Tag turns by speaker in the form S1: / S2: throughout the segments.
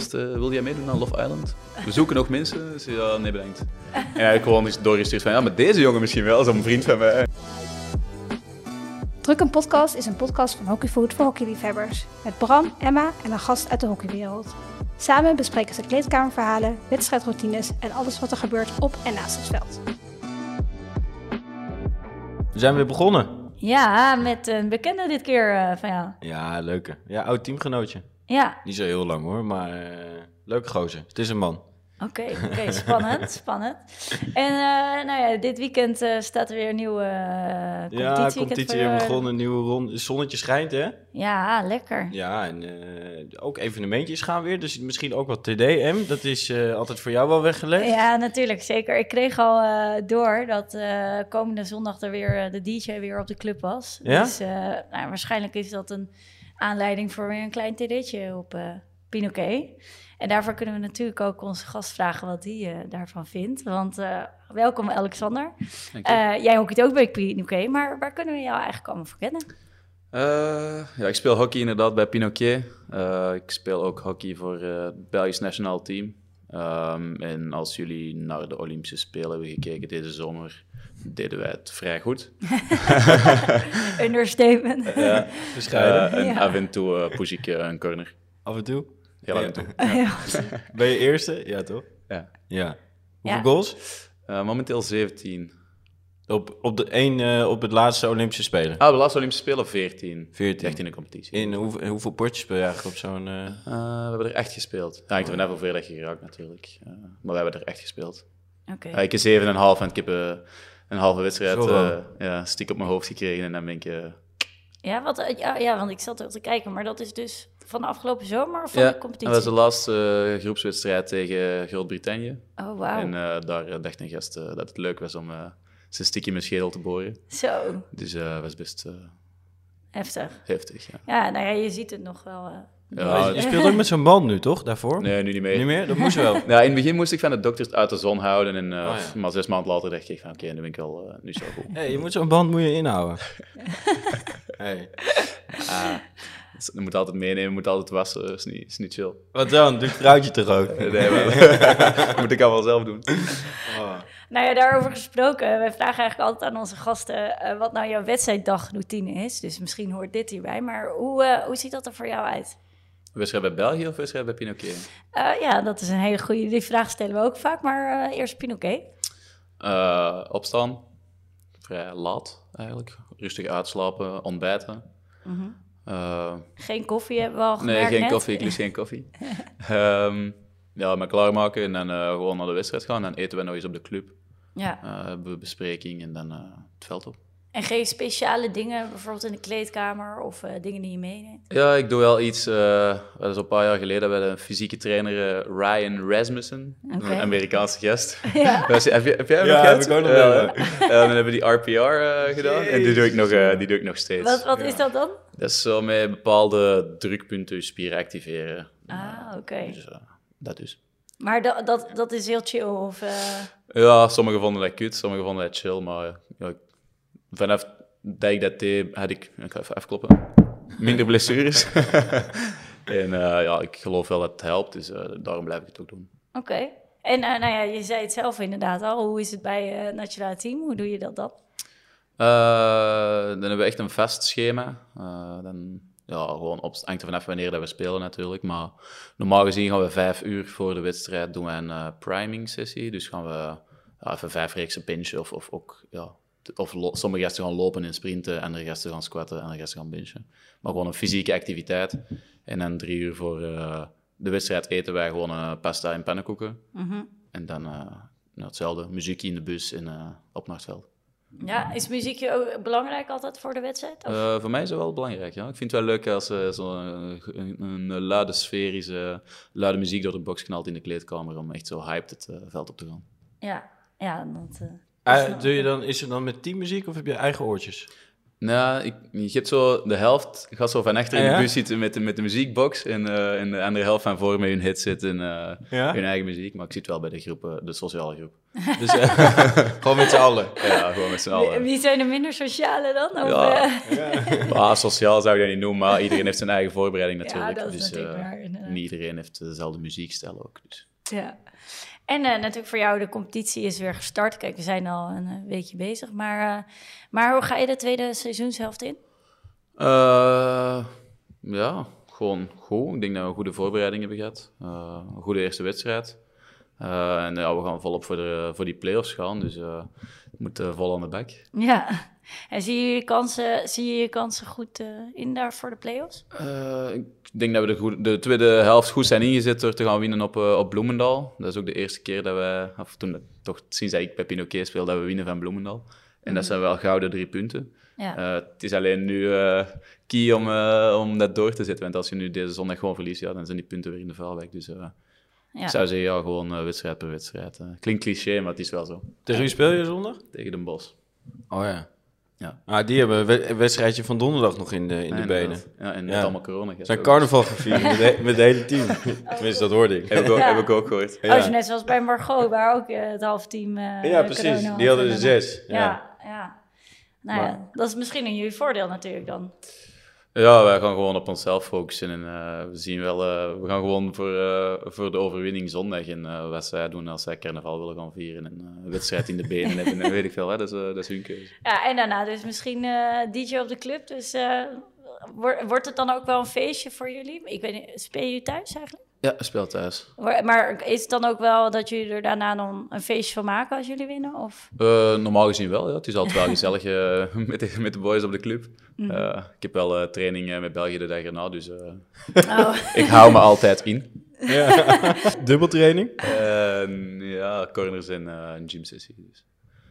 S1: eerst, eh, wil jij meedoen aan Love Island? We zoeken nog mensen. Dus ja, nee bedankt. En eigenlijk gewoon eens doorgestuurd van, ja, maar deze jongen misschien wel, zo'n vriend van mij.
S2: Druk een podcast is een podcast van Hockeyfood voor hockeyliefhebbers. Met Bram, Emma en een gast uit de hockeywereld. Samen bespreken ze kleedkamerverhalen, wedstrijdroutines en alles wat er gebeurt op en naast het veld.
S3: We zijn weer begonnen.
S4: Ja, met een bekende dit keer eh, van jou.
S3: Ja, leuke. Ja, oud teamgenootje.
S4: Ja,
S3: Niet zo heel lang hoor, maar eh, leuke gozer. Het is een man.
S4: oké, oké, spannend, spannend. En eh, nou ja, dit weekend eh, staat er weer een nieuwe eh
S3: Ja,
S4: competitieweekend
S3: competitie
S4: voor- eh,
S3: weer begonnen, nieuwe ronde. Zonnetje schijnt hè?
S4: Ja, lekker.
S3: Ja, en eh, ook evenementjes gaan weer. Dus misschien ook wat TDM. Dat is eh, altijd voor jou wel weggelegd.
S4: Ja, natuurlijk, zeker. Ik kreeg al eh, door dat eh, komende zondag er weer eh, de DJ weer op de club was.
S3: Ja?
S4: Dus eh, nou, waarschijnlijk is dat een aanleiding voor weer een klein TD'tje op eh Pinoquet. En daarvoor kunnen we natuurlijk ook onze gast vragen wat hij daarvan vindt. Want eh, welkom Alexander.
S1: Dank je.
S4: Eh, jij hockeyt ook bij Pinoquet, maar waar kunnen we jou eigenlijk allemaal voor kennen?
S1: Eh, ja, ik speel hockey inderdaad bij Pinoquet. Eh, ik speel ook hockey voor eh, het Belgisch nationaal team. Ehm, en als jullie naar de Olympische Spelen hebben gekeken deze zomer, deden wij het vrij goed.
S4: Understatement.
S1: Eh, Ja,
S3: Bescheiden.
S1: en
S4: Ja.
S1: af en toe eh push ik eh, een corner.
S3: Af en toe.
S1: Heel af en toe.
S4: Ja.
S3: Ben je eerste? Ja, toch?
S1: Ja.
S3: Ja. Hoeveel
S4: Ja.
S3: goals?
S1: Eh, momenteel 17.
S3: Op, op, de één, eh, op het laatste Olympische Spelen.
S1: Ah, de laatste Olympische Spelen 14.
S3: 14.
S1: Echt in de competitie.
S3: In hoe, in hoeveel potjes speel je eigenlijk op zo'n... eh,
S1: Eh, we hebben er echt gespeeld. Ja, ik heb net hoeveel geraakt natuurlijk. Eh, maar we hebben er echt gespeeld.
S4: Oké.
S1: Ja, ik is 7,5 en ik heb eh, een halve wedstrijd
S3: Zo wel.
S1: eh, ja, stiek op mijn hoofd gekregen. En dan ben ik... eh,
S4: Ja, wat, eh, ja, ja, want ik zat er te kijken, maar dat is dus van de afgelopen zomer of van
S1: ja,
S4: de
S1: dat was de
S4: competitie?
S1: laatste eh, groepswedstrijd tegen eh, Groot-Brittannië.
S4: Oh, wauw.
S1: En eh, daar eh, dacht een gast eh, dat het leuk was om eh zijn stiek in mijn schedel te boren.
S4: Zo,
S1: Dus eh, dat was best eh,
S4: heftig.
S1: heftig, ja.
S4: Ja, nou ja, je ziet het nog wel. eh.
S1: Ja, dus-
S3: je, je speelt ook met zo'n band nu, toch? Daarvoor?
S1: nee, nu niet meer.
S3: Niet meer? Dat moest wel.
S1: Nou, in het begin moest ik van de dokters uit de zon houden. En, eh,
S3: Oh, ja.
S1: Maar zes maanden later dacht ik van oké, nu ben ik wel eh, nu zo goed.
S3: Hey, je moet zo'n band moet je inhouden. Hey.
S1: Dus je moet altijd meenemen, moet altijd wassen. Is niet, is niet chill.
S3: Wat dan? Doet vrouwtje toch ook?
S1: Nee, maar moet ik al wel zelf doen.
S4: Nou ja, daarover gesproken. Wij vragen eigenlijk altijd aan onze gasten eh, wat nou jouw wedstrijddagroutine is. Dus misschien hoort dit hierbij, maar hoe, eh, hoe ziet dat er voor jou uit?
S1: Wedstrijd bij België of wedstrijd bij Pinoquet?
S4: Eh, ja, dat is een hele goede. Die vraag stellen we ook vaak, maar eh, eerst Pinoquet.
S1: Eh, opstaan. Vrij laat eigenlijk. Rustig uitslapen, ontbijten. Eh,
S4: Geen koffie hebben we al gemerkt
S1: nee, geen
S4: net.
S1: koffie. Ik lust geen koffie. Ehm, ja, me klaarmaken en dan eh, gewoon naar de wedstrijd gaan. Dan eten we nog eens op de club.
S4: Ja.
S1: Eh, hebben we bespreking en dan eh, het veld op.
S4: En geen speciale dingen, bijvoorbeeld in de kleedkamer of eh, dingen die je meeneemt?
S1: Ja, ik doe wel iets. eh dat is een paar jaar geleden bij een fysieke trainer eh, Ryan Rasmussen,
S4: Oké.
S1: een Amerikaanse gast.
S4: Ja.
S1: Was- heb, je, heb jij hem
S3: Ja,
S1: nog
S3: heb
S1: gehad?
S3: ik ook
S1: Ja,
S3: nog wel,
S1: ja. En dan hebben we die RPR eh, gedaan en die doe ik nog, eh, die doe ik nog steeds.
S4: Wat, wat is dat dan?
S1: Dat is zo met bepaalde drukpunten je spieren activeren.
S4: Ah, oké.
S1: Dus, eh, dat dus.
S4: Maar dat, dat, dat is heel chill. Of, eh,
S1: Ja, sommigen vonden dat kut, sommigen vonden dat chill, maar eh, ja, ik- vanaf dat ik dat deed, had ik, ik ga even afkloppen, minder blessures. en eh, ja, ik geloof wel dat het helpt, dus eh, daarom blijf ik het ook doen.
S4: Oké. En eh, nou ja, je zei het zelf inderdaad al. Hoe is het bij eh, het nationale team? Hoe doe je dat dan?
S1: Eh, dan hebben we echt een vast schema. Eh, dan, ja, gewoon op, hangt er vanaf wanneer dat we spelen natuurlijk. Maar normaal gezien gaan we vijf uur voor de wedstrijd doen we een eh, priming sessie. Dus gaan we ja, even vijf reeksen pinchen of, of ook... Ja, t- of lo- sommige gasten gaan lopen en sprinten, andere gasten gaan squatten, andere gasten gaan pinchen. Maar gewoon een fysieke activiteit. En dan drie uur voor eh, de wedstrijd eten wij gewoon eh, pasta en pannenkoeken. En dan eh, nou, hetzelfde, muziekje in de bus en eh, op naar het veld.
S4: Ja, is muziek ook belangrijk altijd voor de wedstrijd? Of-
S1: Eh, voor mij is dat wel belangrijk, ja. Ik vind het wel leuk als eh, zo'n eh, een, een, eh, luide sfeer is, eh, luide muziek door de box knalt in de kleedkamer om echt zo hyped het eh, veld op te gaan.
S4: Ja, ja dat, eh,
S3: Eh, doe je dan, is er dan met teammuziek of heb je eigen oortjes?
S1: Nou, ik, je hebt zo de helft, gaat zo van achter in
S3: Ah,
S1: de
S3: ja?
S1: bus zitten met de, met de muziekbox en, eh, en de andere helft van voor met hun headset en eh,
S3: Ja?
S1: hun eigen muziek. Maar ik zit wel bij de groep, eh, de sociale groep.
S3: Dus, eh, gewoon met z'n allen.
S1: Ja, gewoon met z'n
S4: Wie,
S1: allen.
S4: wie zijn er minder sociale dan? Of,
S1: Ja,
S4: eh,
S1: Ah, sociaal zou je dat niet noemen, maar iedereen heeft zijn eigen voorbereiding natuurlijk.
S4: ja, dat is
S1: dus
S4: natuurlijk
S1: eh,
S4: waar. inderdaad.
S1: niet iedereen heeft dezelfde muziekstijl ook. Dus.
S4: Ja. En eh, natuurlijk voor jou, de competitie is weer gestart. Kijk, we zijn al een eh, weekje bezig. Maar, eh, maar hoe ga je de tweede seizoenshelft in?
S1: Eh, ja, gewoon goed. Ik denk dat we een goede voorbereiding hebben gehad. Eh, een goede eerste wedstrijd. Eh, en ja, we gaan volop voor, de, voor die play-offs gaan, dus eh we moeten vol aan de bak.
S4: Ja. En zie je je kansen, zie je, je kansen goed eh, in daar voor de play-offs?
S1: Eh, ik denk dat we de, goede- de tweede helft goed zijn ingezet door te gaan winnen op, eh, op Bloemendaal. Dat is ook de eerste keer dat wij, of toen dat, toch sinds dat ik bij Pinoquet speel, dat we winnen van Bloemendaal. En dat zijn wel gouden drie punten.
S4: Mhm. Ja.
S1: Eh, het is alleen nu eh key om, eh, om dat door te zetten. Want als je nu deze zondag gewoon verliest, ja, dan zijn die punten weer in de vuilwijk. Dus eh,
S4: ja.
S1: ik zou zeggen, ja, gewoon eh, wedstrijd per wedstrijd. eh. klinkt cliché, maar het is wel zo.
S3: Tegen wie speel je zondag?
S1: Tegen Den Bos.
S3: Oh ja.
S1: Ja.
S3: Ah, die hebben een we- een wedstrijdje van donderdag nog in de, in de benen.
S1: Ja, en
S3: Ja.
S1: met allemaal corona. gehad
S3: Zijn
S1: ook.
S3: carnaval gevierd met, de- met het hele team. Tenminste, dat hoorde ik.
S1: Heb ik ook,
S4: Ja.
S1: heb ik ook gehoord.
S4: Oh, zo net zoals bij Margot, waar ook eh, het halfteam. eh
S3: Ja, precies.
S4: corona had.
S3: Die hadden er zes. Ja.
S4: Ja, ja. Nou ja,
S3: Maar-
S4: dat is misschien in jullie voordeel natuurlijk dan.
S1: Ja, wij gaan gewoon op onszelf focussen. En eh, we zien wel, eh, we gaan gewoon voor, eh, voor de overwinning zondag. En eh, wat zij doen als zij carnaval willen gaan vieren. En eh, een wedstrijd in de benen hebben. En weet ik veel, hè? Dat, is, eh, dat is hun keuze.
S4: Ja, en daarna dus misschien eh, DJ op de club. Dus eh, wor- wordt het dan ook wel een feestje voor jullie? Ik weet niet, spelen jullie thuis eigenlijk?
S1: Ja, speel thuis.
S4: Wor- Maar is het dan ook wel dat jullie er daarna dan een feestje van maken als jullie winnen? Of?
S1: Eh, normaal gezien wel, ja. Het is altijd wel gezellig eh, met, de, met de boys op de club. Eh, ik heb wel eh, training eh, met België de dag erna, dus eh, ik hou me altijd in.
S3: Dubbeltraining.
S1: Eh, ja, corners en eh, een gymsessie. Dus,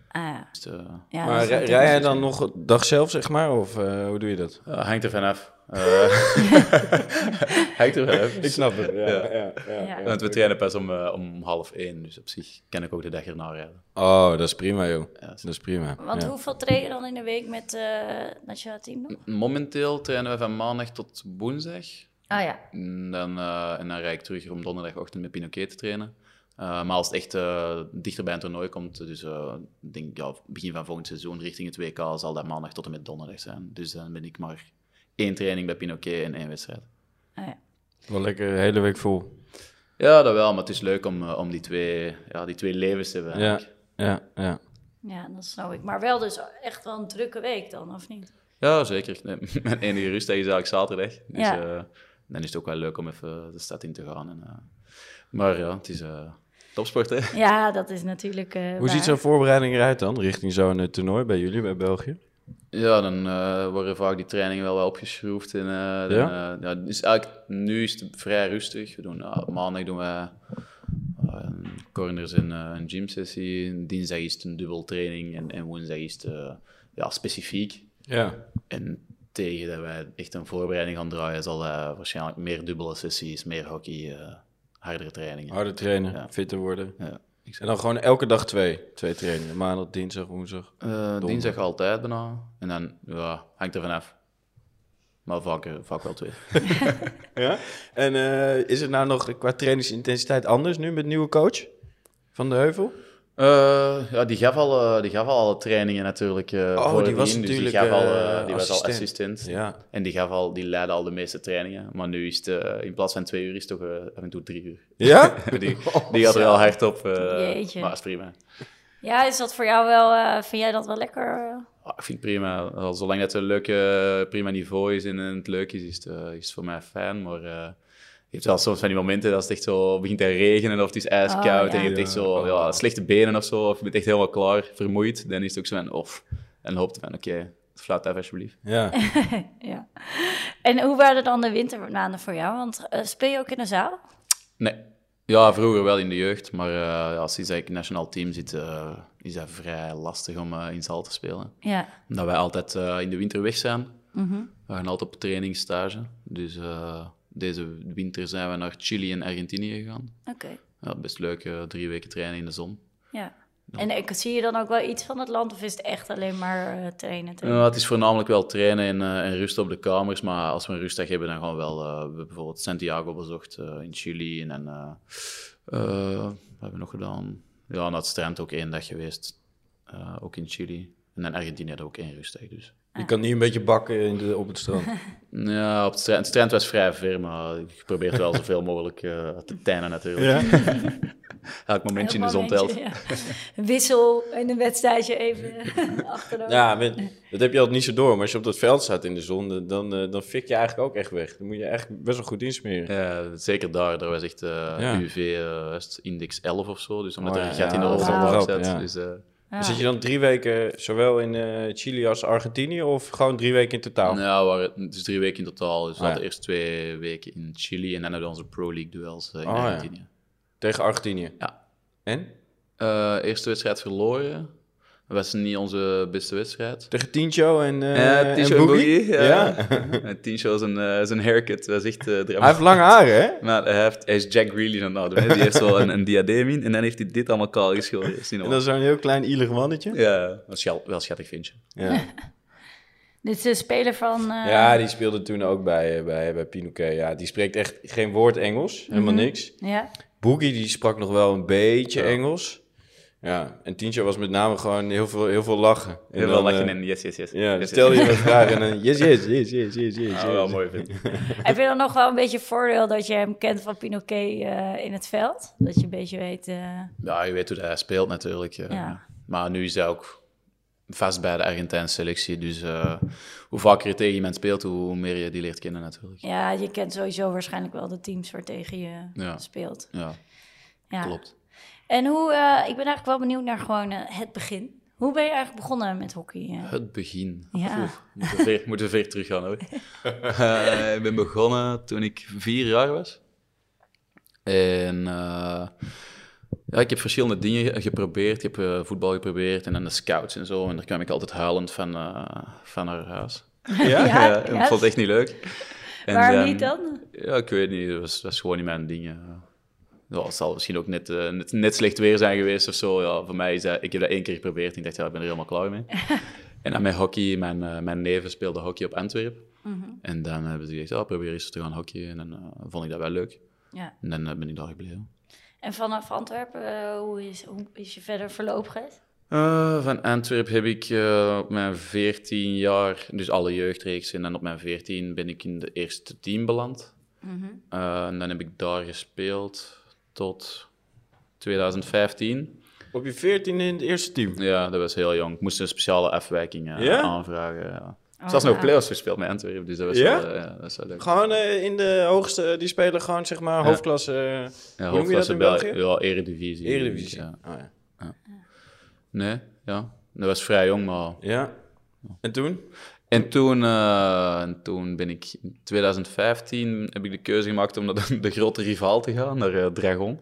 S4: Ah, ja.
S1: Dus, eh,
S4: Ja, dat
S3: Maar
S4: is
S3: rij,
S4: natuurlijk-
S3: rij jij dan nog de dag zelf, zeg maar? Of eh, hoe doe je dat?
S1: eh, hangt er vanaf. Eh, hangt er vanaf.
S3: Ik snap het. Ja,
S1: Ja.
S3: ja, ja,
S4: Ja.
S1: Want we trainen pas om, eh, om half één, dus op zich kan ik ook de dag erna rijden.
S3: Oh, dat is prima, joh.
S1: Ja,
S3: Dat is prima.
S4: Want
S3: ja.
S4: hoeveel train je dan in de week met eh, het nationaal team nog?
S1: Momenteel trainen we van maandag tot woensdag.
S4: Ah ja.
S1: En dan, eh, en dan rijd ik terug om donderdagochtend met Pinoquet te trainen. Eh, maar als het echt eh, dichter bij een toernooi komt, dus eh, ik denk ja, begin van volgend seizoen richting het WK, zal dat maandag tot en met donderdag zijn. Dus dan ben ik maar één training bij Pinoquet en één wedstrijd.
S4: Ah, ja.
S3: Wel lekker de hele week vol.
S1: Ja, dat wel, maar het is leuk om, eh, om die, twee, ja, die twee levens te hebben.
S3: Ja,
S1: eigenlijk.
S3: ja, ja.
S4: ja, dat snap ik. Maar wel dus echt wel een drukke week dan, of niet?
S1: Ja, zeker. Nee, mijn enige rustdag is eigenlijk zaterdag. Dus
S4: Ja.
S1: eh, dan is het ook wel leuk om even de stad in te gaan. En, eh, maar ja, het is eh, topsport, hè?
S4: Ja, dat is natuurlijk. eh,
S3: Hoe ziet
S4: waar.
S3: zo'n voorbereiding eruit dan? Richting zo'n eh, toernooi bij jullie, bij België?
S1: Ja, dan eh, worden vaak die trainingen wel wel opgeschroefd. En, eh, dan,
S3: Ja?
S1: eh, ja, het is eigenlijk, nu is het vrij rustig. We doen, nou, maandag doen we eh, corners en eh, een gymsessie. Dinsdag is het een dubbeltraining en, en woensdag is het eh, ja, specifiek.
S3: Ja.
S1: En tegen dat wij echt een voorbereiding gaan draaien, zal dat waarschijnlijk meer dubbele sessies, meer hockey, eh, hardere trainingen.
S3: Harder trainen,
S1: Ja.
S3: fitter worden.
S1: Ja.
S3: En dan gewoon elke dag twee. Twee trainingen. Maandag, dinsdag, woensdag.
S1: Eh, dinsdag altijd bijna. En dan ja, hangt er vanaf. Maar vaak, eh, vaak wel twee.
S3: Ja? En eh, is het nou nog qua trainingsintensiteit anders nu met nieuwe coach? Van de Heuvel?
S1: Eh, ja, die gaf, al, eh, die gaf al alle trainingen natuurlijk. eh,
S3: Oh,
S1: voor
S3: die
S1: het
S3: was
S1: begin. Dus
S3: natuurlijk,
S1: die gaf al,
S3: eh,
S1: eh, die was al
S3: assistent.
S1: assistent.
S3: Ja.
S1: En die, gaf al, die leidde al de meeste trainingen. Maar nu is het, eh, in plaats van twee uur, is het toch eh, af en toe drie uur.
S3: Ja?
S1: Die, die had er wel hard op. eh,
S4: Jeetje.
S1: maar is prima.
S4: Ja, is dat voor jou wel. eh, vind jij dat wel lekker? eh?
S1: Ah, ik vind het prima. Al Zolang dat het een leuke, eh, prima niveau is en en het leuk is, is het, eh, is het voor mij fijn. Maar eh, je hebt wel soms van die momenten dat het echt zo begint te regenen of het is ijskoud.
S4: Oh, ja.
S1: En je hebt echt zo
S3: Ja.
S1: ja, slechte benen of zo. Of je bent echt helemaal klaar, vermoeid. Dan is het ook zo van of. En hoopt van oké, fluit af alsjeblieft.
S3: Ja.
S4: Ja. En hoe waren dan de wintermaanden voor jou? Want eh, speel je ook in een zaal?
S1: Nee. Ja, vroeger wel in de jeugd. Maar eh ja, sinds dat ik in het nationaal team zit, eh, is dat vrij lastig om eh, in zaal te spelen.
S4: Ja.
S1: Omdat wij altijd eh, in de winter weg zijn. We gaan altijd op trainingstage. Dus eh, deze winter zijn we naar Chili en Argentinië gegaan.
S4: Oké.
S1: Ja, best leuk, eh, drie weken trainen in de zon.
S4: Ja. En ik, zie je dan ook wel iets van het land of is het echt alleen maar eh, trainen? trainen?
S1: Ja, het is voornamelijk wel trainen in, eh, in rust op de kamers, maar als we een rustdag hebben, dan gaan we wel eh, we hebben bijvoorbeeld Santiago bezocht eh, in Chili. En, dan, eh, eh, wat hebben we nog gedaan? Ja, naar het strand ook één dag geweest, eh, ook in Chili. En in Argentinië hadden we ook één rustdag, dus...
S3: Je kan niet een beetje bakken in de, op het strand.
S1: Ja, op het strand, het strand was vrij ver, maar ik probeer het wel zoveel mogelijk eh, te tijnen natuurlijk. Elk momentje in de zon telt.
S4: Momentje, ja. Wissel en een wedstrijdje even achterover.
S3: Ja, maar dat heb je altijd niet zo door. Maar als je op dat veld staat in de zon, dan, dan, eh, dan fik je eigenlijk ook echt weg. Dan moet je eigenlijk best wel goed insmeren.
S1: Ja, zeker daar, daar was echt eh, UV eh, was het index 11 of zo, dus omdat
S3: Oh,
S1: er
S3: ja,
S1: een gat in de
S3: ja,
S1: rol
S4: dat is
S3: wel
S1: zat.
S3: grappig, ja.
S1: Dus, eh,
S4: Ja.
S3: Zit je dan drie weken zowel in eh, Chili als Argentinië of gewoon drie weken in totaal?
S1: nou, ja, we waren, dus drie weken in totaal. Dus we
S3: Ah, ja.
S1: hadden eerst twee weken in Chili en dan hebben we onze Pro League duels eh, in
S3: Oh, ja.
S1: Argentinië.
S3: Tegen Argentinië?
S1: Ja.
S3: En?
S1: Eh, eerste wedstrijd verloren. Dat was niet onze beste wedstrijd.
S3: Tegen Tincho en, eh
S1: Ja,
S3: en
S1: Tisho en Boogie, ja.
S3: Ja.
S1: En Tinshow zijn, eh, zijn haircut was echt eh, dramatisch.
S3: Hij heeft lange haren, hè?
S1: Maar hij, heeft, hij is Jack Grealish aan het nadoen, hè. Die heeft zo een, een diadeem in en dan heeft hij dit allemaal kaal geschilderd. Dat is niet
S3: En
S1: normaal.
S3: dan zo'n heel klein ielig mannetje.
S1: Ja, dat is wel- wel schattig, vind je.
S3: Ja.
S4: Dit is de speler van... eh,
S3: Ja, die speelde toen ook bij, eh, bij, bij Pinoquet. Ja, die spreekt echt geen woord Engels, helemaal
S1: Mhm.
S3: niks.
S4: ja.
S3: Boogie die sprak nog wel een beetje
S1: Ja.
S3: Engels. Ja, en Tientje was met name gewoon heel veel, heel veel lachen. En
S1: Heel
S3: dan,
S1: veel lachen
S3: eh,
S1: en yes, yes, yes.
S3: Ja,
S1: Yes,
S3: stel
S1: yes.
S3: je een vraag en dan yes, yes, yes, yes, yes, yes. yes.
S1: Ah, wel mooi vind ik.
S4: Heb je dan nog wel een beetje voordeel dat je hem kent van Pinoquet eh, in het veld? Dat je een beetje weet... eh,
S1: Ja, je weet hoe dat hij speelt natuurlijk. eh.
S4: Ja.
S1: Maar nu is hij ook vast bij de Argentijnse selectie. Dus eh, hoe vaker je tegen iemand speelt, hoe meer je die leert kennen natuurlijk.
S4: ja, je kent sowieso waarschijnlijk wel de teams waar tegen je
S1: Ja.
S4: speelt.
S1: Ja,
S4: Ja.
S1: klopt.
S4: En hoe... eh, ik ben eigenlijk wel benieuwd naar gewoon eh, het begin. Hoe ben je eigenlijk begonnen met hockey? eh?
S1: Het begin.
S4: Ja.
S1: Oeh, moeten, we ver, moeten we ver terug gaan hoor. Eh, ik ben begonnen toen ik vier jaar was. En eh, ja, ik heb verschillende dingen ge- geprobeerd. Ik heb eh, voetbal geprobeerd en dan de scouts en zo. En daar kwam ik altijd huilend van, eh, van haar huis.
S3: Ja?
S4: Ja,
S1: Ja, ik
S4: ja.
S1: vond het echt niet leuk. En ehm,
S4: Waarom niet dan?
S1: Ja, ik weet niet. Dat was, dat is gewoon niet mijn ding. ja. Ja, het zal misschien ook net, eh, net, net slecht weer zijn geweest of zo. Ja, voor mij is dat... Ik heb dat één keer geprobeerd en ik dacht, ja, ik ben er helemaal klaar mee. en dan met hockey. Mijn, eh, mijn neven speelde hockey op Antwerpen. En dan hebben ze gezegd, ja, probeer eens te gaan hockeyen. En dan eh, vond ik dat wel leuk.
S4: Ja.
S1: En dan eh, ben ik daar gebleven.
S4: En vanaf Antwerpen, eh, hoe, is, hoe is je verder verloop geweest?
S1: Eh, van Antwerp heb ik eh, op mijn 14 jaar, dus alle jeugdreeks, en dan op mijn 14 ben ik in de eerste team beland. Eh, en dan heb ik daar gespeeld tot 2015.
S3: Op je 14 in het eerste team.
S1: Ja, dat was heel jong. Ik moest een speciale afwijking eh,
S3: Ja?
S1: aanvragen. Ja. Zelfs nog
S4: ja.
S1: play-offs gespeeld met Antwerp, dus dat was,
S3: Ja?
S1: wel, eh, ja, dat was wel leuk.
S3: Gewoon eh, in de hoogste, eh, die spelen gewoon zeg maar hoofdklasse. eh,
S1: Ja,
S3: hoe noem je dat
S1: hoofdklasse
S3: in
S1: België?
S3: België?
S1: Ja, Eredivisie.
S3: Eredivisie.
S1: Ja.
S3: Oh, ja.
S1: Nee, ja. Dat was vrij jong, maar
S3: ja. En toen?
S1: En toen, eh, en toen ben ik in 2015 heb ik de keuze gemaakt om naar de, de grote rivaal te gaan, naar eh, Dragon.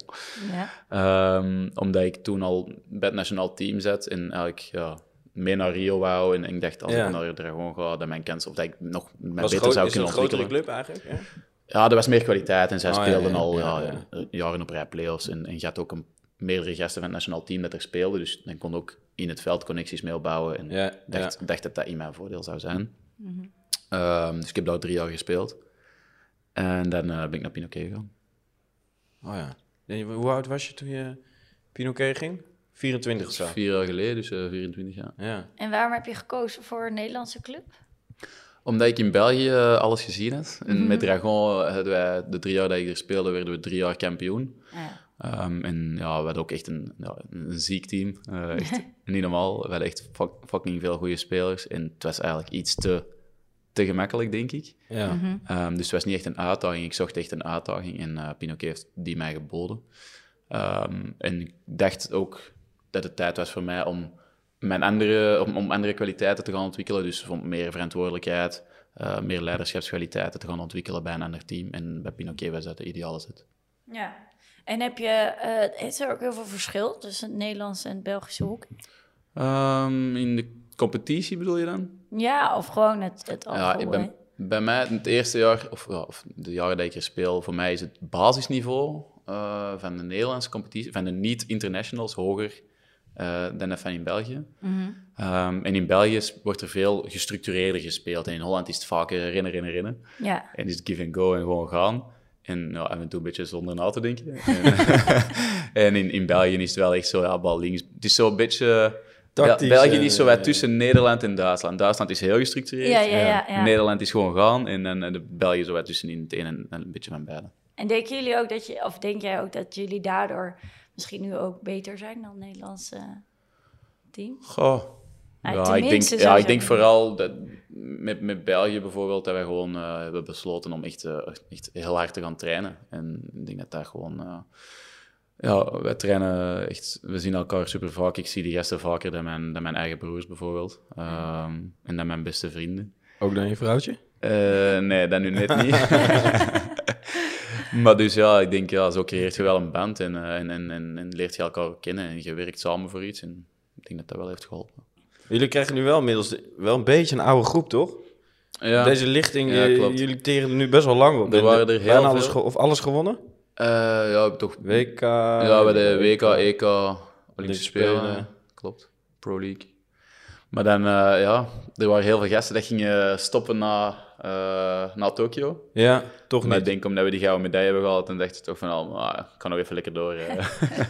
S4: Ja.
S1: Ehm, omdat ik toen al bij het nationaal team zat en eigenlijk ja, mee naar Rio wou. En ik dacht, als
S3: Ja.
S1: ik naar Dragon ga, dan mijn kans of dat ik nog mijn
S3: Was
S1: beter
S3: groot,
S1: zou
S3: is het
S1: kunnen
S3: een grotere
S1: ontwikkelen.
S3: club eigenlijk? Ja?
S1: Ja, er was meer kwaliteit en zij
S3: Oh, ja,
S1: speelden
S3: ja,
S1: al
S3: ja,
S1: ja,
S3: ja.
S1: eh, jaren op rij play-offs. En, en je had ook een, meerdere gasten van het nationaal team dat er speelden. Dus dan kon ook in het veld connecties mee opbouwen. En
S3: Ja,
S1: dacht, dacht dat dat in mijn voordeel zou zijn. Ehm, dus ik heb daar drie jaar gespeeld. En dan eh, ben ik naar Pinoquet gegaan.
S3: Oh ja. En je- hoe oud was je toen je Pinoquet ging? 24 of zo.
S1: Vier jaar geleden, dus eh, 24 jaar.
S3: Ja.
S4: En waarom heb je gekozen voor een Nederlandse club?
S1: Omdat ik in België eh, alles gezien had. En met Dragon eh, hadden wij, de drie jaar dat ik er speelde, werden we drie jaar kampioen.
S4: Ja.
S1: Ehm, en ja, we hadden ook echt een, ja, een ziek team. Eh, echt niet normaal. We hadden echt fuck- fucking veel goede spelers. En het was eigenlijk iets te, te gemakkelijk, denk ik.
S3: Ja.
S1: Ehm, dus het was niet echt een uitdaging. Ik zocht echt een uitdaging en eh Pinocchio heeft die mij geboden. Ehm, en ik dacht ook dat het tijd was voor mij om, mijn andere, om, om andere kwaliteiten te gaan ontwikkelen. Dus om meer verantwoordelijkheid, eh, meer leiderschapskwaliteiten te gaan ontwikkelen bij een ander team. En bij Pinocchio was dat de ideale zit.
S4: ja. En heb je, eh, is er ook heel veel verschil tussen het Nederlandse en het Belgische hoek?
S1: Ehm, in de competitie bedoel je dan?
S4: Ja, of gewoon het, het
S1: Ja, ik
S4: alcohol,
S1: ben,
S4: hè?
S1: bij mij in het eerste jaar, of, ja, of de jaren dat ik hier speel, voor mij is het basisniveau eh, van de Nederlandse competitie, van de niet-internationals, hoger eh, dan even in België. Ehm, en in België is- wordt er veel gestructureerder gespeeld. En in Holland is het vaker rennen, rennen, rennen.
S4: Ja.
S1: En is het give and go en gewoon gaan. En nou, af en toe een beetje zonder na te denken. En, en in, in België is het wel echt zo, ja, bal links. Het is zo'n beetje... Bel-
S3: Tactisch,
S1: België
S3: eh,
S1: is zo wat
S3: eh,
S1: tussen Nederland en Duitsland. Duitsland is heel gestructureerd.
S4: Ja, ja, ja, ja.
S1: Nederland is gewoon gaan. En, en, en de België zo wat tussenin het een en, en een beetje van beide.
S4: En denken jullie ook dat je, of denk jij ook dat jullie daardoor misschien nu ook beter zijn dan het Nederlandse team?
S1: Goh.
S4: Ah,
S1: Ja, ik
S4: tenminste,
S1: denk,
S4: zou
S1: ja,
S4: je
S1: ik denk
S4: zeggen.
S1: vooral dat met, met België bijvoorbeeld, dat wij gewoon eh, hebben besloten om echt, eh, echt heel hard te gaan trainen. En ik denk dat daar gewoon. eh, ja, wij trainen echt. We zien elkaar super vaak. Ik zie die gasten vaker dan mijn, dan mijn eigen broers bijvoorbeeld. Ehm, en dan mijn beste vrienden.
S3: Ook dan je vrouwtje?
S1: Eh, nee, dat nu net niet. maar dus ja, ik denk, ja, zo creëert je wel een band en, eh, en, en, en, en leert je elkaar kennen en je werkt samen voor iets. En ik denk dat dat wel heeft geholpen.
S3: Jullie krijgen nu wel inmiddels de- wel een beetje een oude groep, toch?
S1: Ja,
S3: Deze lichting,
S1: Ja,
S3: eh,
S1: klopt.
S3: jullie teren er nu best wel lang op.
S1: Er
S3: En eh,
S1: waren er heel
S3: bijna alles
S1: veel.
S3: ge- Of alles gewonnen?
S1: Eh, ja, we hebben toch...
S3: WK...
S1: ja, bij de WK, EK, Olympische
S3: Olympische
S1: Spelen.
S3: Spelen.
S1: eh, Klopt. Pro League. Maar dan, eh, ja, er waren heel veel gasten dat gingen stoppen na, eh, na Tokio.
S3: Ja, toch
S1: Maar ik
S3: niet.
S1: denk, omdat we die gouden medaille hebben gehad, dan dacht ik toch van, oh, maar ik kan nog even lekker door. eh.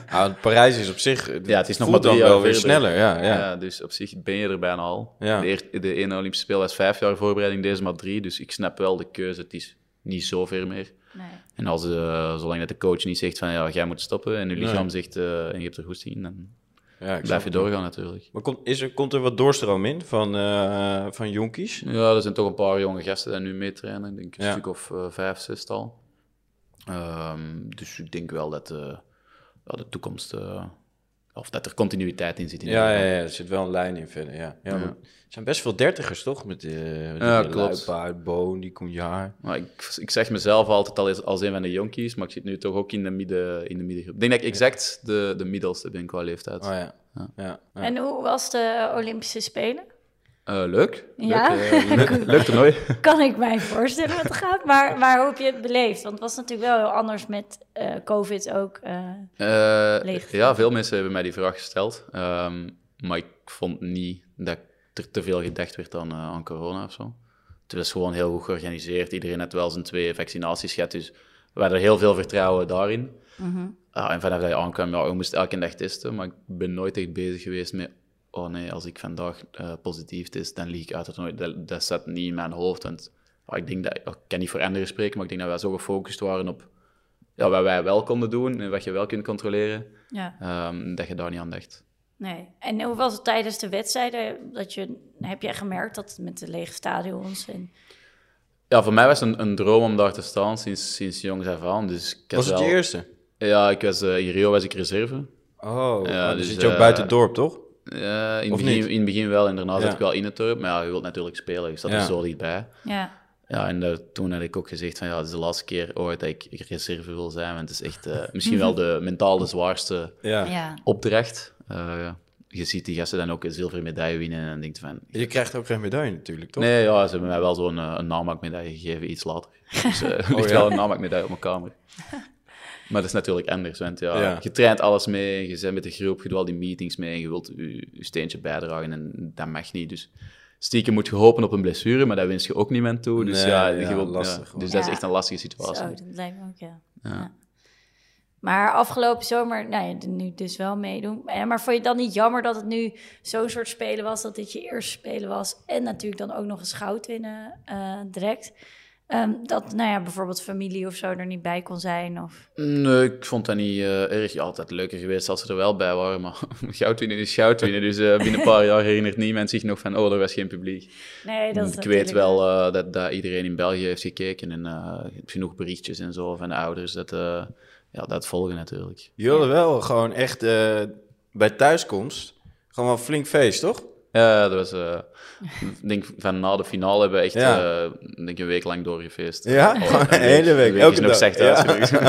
S3: Ah, Parijs is op zich...
S1: Ja, het is nog
S3: voelt
S1: maar drie
S3: dan
S1: jaar
S3: wel weer
S1: verder.
S3: sneller, ja.
S1: Ja.
S3: ja.
S1: dus op zich ben je er bijna al.
S3: Ja.
S1: De, eer- de ene Olympische Speel was vijf jaar voorbereiding, deze maar drie. Dus ik snap wel de keuze. Het is niet zover meer.
S4: Nee.
S1: En als, eh, zolang dat de coach niet zegt van ja, jij moet stoppen en je
S3: Nee.
S1: lichaam zegt eh, en je hebt er goed in, dan
S3: Ja, ik snap
S1: blijf je
S3: het.
S1: doorgaan natuurlijk.
S3: Maar komt, is er, komt er wat doorstroom in van, eh, van jonkies?
S1: Ja, er zijn toch een paar jonge gasten die nu meetrainen. Ik denk een
S3: Ja.
S1: stuk of eh, vijf, zestal. Ehm, dus ik denk wel dat eh, ja, de toekomst, eh, of dat er continuïteit in zit. In ieder
S3: Ja, ja,
S1: geval.
S3: ja, er zit wel een lijn in verder, ja. ja,
S1: Ja.
S3: maar Er zijn best veel dertigers, toch? Met, eh met
S1: Ja,
S3: die
S1: klopt.
S3: Luipaard, Boon, die Koenjaar.
S1: Maar ik, ik zeg mezelf altijd al eens als een van de jonkies, maar ik zit nu toch ook in de, midden, in de middengroep. Ik denk dat ik exact de, de middelste ben qua leeftijd.
S3: Oh ja.
S1: Ja.
S3: ja. ja.
S4: En hoe was de Olympische Spelen?
S1: Eh, leuk.
S4: Ja.
S1: Leuk, eh, leuk, leuk toernooi.
S4: Kan ik mij voorstellen wat er gaat, maar, maar hoe heb je het beleefd? Want het was natuurlijk wel heel anders met eh, COVID ook. eh,
S1: Eh,
S4: Leeg.
S1: ja, veel mensen hebben mij die vraag gesteld. Ehm, maar ik vond niet dat er te veel gedacht werd aan, eh, aan corona of zo. Het was gewoon heel goed georganiseerd. Iedereen had wel zijn twee vaccinaties gehad. Dus we hadden heel veel vertrouwen daarin. Ah, en vanaf dat je aankwam, ja, je moest elke dag testen. Maar ik ben nooit echt bezig geweest met... Oh nee, als ik vandaag eh, positief test, dan lieg ik uit het nooit. Dat, dat zat niet in mijn hoofd. Want ah, ik, denk dat, ik kan niet voor anderen spreken, maar ik denk dat wij zo gefocust waren op ja, wat wij wel konden doen en wat je wel kunt controleren,
S4: ja,
S1: ehm, dat je daar niet aan dacht.
S4: nee. En hoe was het tijdens de wedstrijden? Dat je, heb je gemerkt dat met de lege stadions en...
S1: Ja, voor mij was het een, een droom om daar te staan sinds, sinds jongs af aan. Dus ik had
S3: Was het je
S1: wel-
S3: eerste?
S1: Ja, ik was, eh, in Rio was ik reserve.
S3: Oh,
S1: Ja,
S3: dan
S1: dus,
S3: zit je ook
S1: eh,
S3: buiten het dorp, toch?
S1: Eh, in,
S3: Of
S1: het begin,
S3: niet?
S1: in het begin wel, en daarna zat
S3: Ja.
S1: ik wel in het dorp. Maar ja, je wilt natuurlijk spelen, je staat
S3: Ja.
S1: er zo niet bij.
S4: Ja.
S1: Ja, en eh, toen had ik ook gezegd van ja, het is de laatste keer ooit dat ik reserve wil zijn. Want het is echt eh, misschien wel de mentaal de zwaarste
S3: Ja.
S4: ja.
S1: opdracht. Eh, je ziet die gasten dan ook een zilveren medaille winnen en dan denkt van...
S3: Je krijgt ook geen medaille natuurlijk, toch?
S1: Nee, ja, ze hebben mij wel zo'n eh, een namaakmedaille gegeven iets later. Dus eh, er ligt
S3: Oh, ja?
S1: wel een namaakmedaille op mijn kamer. Maar dat is natuurlijk anders, want ja,
S3: Ja.
S1: je traint alles mee, je bent met de groep, je doet al die meetings mee, en je wilt je, je steentje bijdragen en dat mag niet. Dus stiekem moet je hopen op een blessure, maar daar wens je ook niemand toe. Dus
S3: Nee,
S1: ja,
S3: ja,
S1: je wilt,
S3: lastig,
S1: ja, dus
S4: hoor.
S1: dat is echt een lastige situatie.
S4: Zo, dat lijkt me ook, ja.
S1: Ja.
S4: Ja. Maar afgelopen zomer, nou ja, nu dus wel meedoen. Eh, Maar vond je het dan niet jammer dat het nu zo'n soort spelen was, dat dit je eerste spelen was en natuurlijk dan ook nog eens goud winnen eh, direct? Ehm, dat, nou ja, bijvoorbeeld familie of zo er niet bij kon zijn of...
S1: Nee, ik vond dat niet eh, erg. Ja, altijd leuker geweest als ze er wel bij waren, maar goud winnen is goud winnen. Dus eh, binnen een paar jaar herinnert niemand zich nog van, oh, er was geen publiek.
S4: Nee, dat is
S1: ik weet
S4: natuurlijk-
S1: wel eh, dat, dat iedereen in België heeft gekeken en eh, ik heb genoeg berichtjes en zo van de ouders dat, eh, ja, dat volgen natuurlijk.
S3: Jullie hadden wel gewoon echt eh, bij thuiskomst gewoon wel een flink feest, toch?
S1: Ja, dat was, eh, ik denk van na de finale hebben we echt
S3: Ja.
S1: eh, ik denk een week lang doorgefeest.
S3: Ja?
S1: Oh,
S3: Gewoon een hele week,
S1: De
S3: elke
S1: is nog
S3: dag.
S1: slecht
S3: Ja.
S1: uit.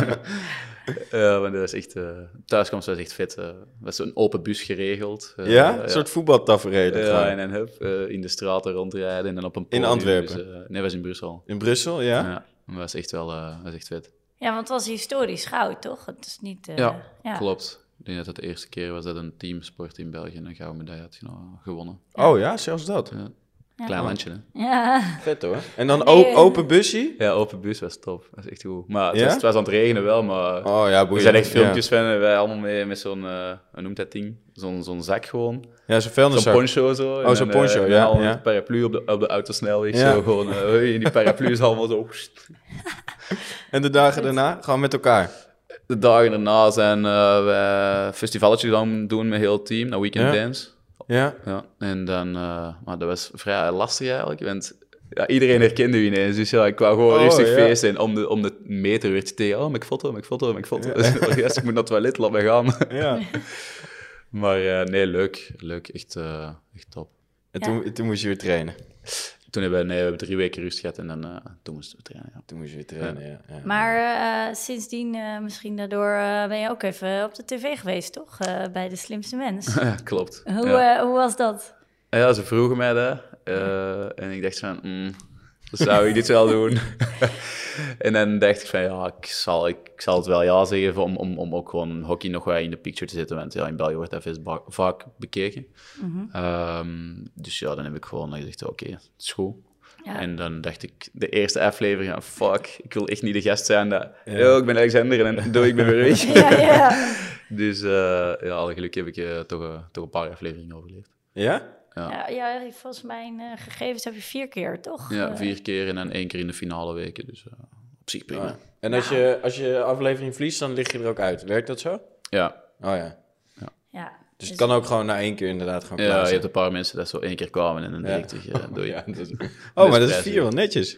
S1: Eh, want dat was echt, eh, thuiskomst was echt vet. eh. Er was een open bus geregeld. eh,
S3: ja? Een soort voetbaltafereel.
S1: Ja, en
S3: gewoon.
S1: dan hup, eh, in de straten rondrijden en dan op een
S3: In
S1: podium.
S3: Antwerpen?
S1: Dus, eh, nee, was in Brussel.
S3: In Brussel, ja?
S1: Ja. dat was echt wel eh, dat was echt vet.
S4: Ja, want het was historisch goud, toch? Het is niet... eh,
S1: Ja, klopt. Ik denk dat het de eerste keer was dat een teamsport in België een gouden medaille had geno- gewonnen.
S3: Oh ja, zelfs dat.
S1: Ja. Klein
S3: Oh.
S1: landje, hè?
S4: Ja.
S3: Vet hoor. En dan o-
S4: Nee.
S3: open busje.
S1: Ja, open bus was top. Dat was echt goed. Maar het,
S3: Ja?
S1: was, het was aan het regenen wel, maar...
S3: Oh ja,
S1: er
S3: boeiend.
S1: zijn echt
S3: Ja.
S1: filmpjes van, en wij allemaal mee met zo'n, eh hoe noemt dat ding? Zo'n zo'n zak gewoon.
S3: Ja, zo'n
S1: Zo'n
S3: vuilniszak.
S1: poncho zo. En
S3: zo'n
S1: dan, eh,
S3: poncho,
S1: en
S3: ja,
S1: allemaal
S3: ja.
S1: met een paraplu op de, op de autosnelweg.
S3: Ja.
S1: Zo gewoon, eh, hoi, en die paraplu is allemaal zo...
S3: En de dagen daarna gewoon met elkaar.
S1: De dagen daarna zijn eh, we festivalletje gaan doen met heel het team, dat Weekend
S3: Ja.
S1: Dance.
S3: Ja.
S1: Ja, en dan... eh, maar dat was vrij lastig eigenlijk, want... Ja, iedereen herkende u ineens, dus ja, ik wou gewoon
S3: Oh,
S1: rustig
S3: ja.
S1: feesten. En om de, om de meter werd je tegen, oh, mijn foto, mijn foto, mijn foto. Dus yes, ik moet naar het toilet, laat mij gaan.
S3: ja.
S1: Maar eh, nee, leuk. Leuk, echt, eh, echt top.
S3: En toen, toen moest je weer trainen.
S1: Toen hebben we, nee, we hebben drie weken rust gehad en dan, eh, toen moesten we trainen. Ja.
S3: Toen moest je weer trainen, ja. ja.
S4: Maar eh, sindsdien, eh, misschien daardoor, eh, ben je ook even op de tv geweest, toch? Eh, bij de slimste mens.
S1: Ja, klopt.
S4: hoe,
S1: ja.
S4: eh, hoe was dat?
S1: Ah ja, ze vroegen mij dat eh, en ik dacht van, mm, zou ik dit wel doen? en dan dacht ik van, ja, ik zal, ik, ik zal het wel ja zeggen om, om, om ook gewoon hockey nog wel in de picture te zetten. Want ja, in België wordt dat best ba- vaak bekeken. Ehm, dus ja, dan heb ik gewoon gezegd, oké, het is goed.
S4: Ja.
S1: En dan dacht ik, de eerste aflevering, ah, fuck, ik wil echt niet de gast zijn. Dat, Yo, ik ben Alexander en dan, doe ik ben weer weg.
S4: ja, ja.
S1: Dus eh, ja, alle geluk heb ik eh, toch, eh, toch een paar afleveringen overleefd.
S3: Ja?
S4: Ja, ja, volgens mijn eh, gegevens heb je vier keer, toch?
S1: Ja,
S4: Eh,
S1: vier keer en dan één keer in de finale weken. Dus eh, op zich prima. Ja.
S3: En als je, als je aflevering verliest, dan lig je er ook uit. Werkt dat zo? Oh ja.
S4: ja.
S3: Dus het kan ook gewoon na één keer inderdaad gaan
S1: Ja, je
S3: plaatsen.
S1: hebt een paar mensen dat zo één keer kwamen en dan
S3: Ja.
S1: direct tegen eh, doei.
S3: Ja,
S1: Ja.
S3: dat is- Oh, maar dat is
S1: prijs,
S3: vier,
S1: ja.
S3: wel netjes.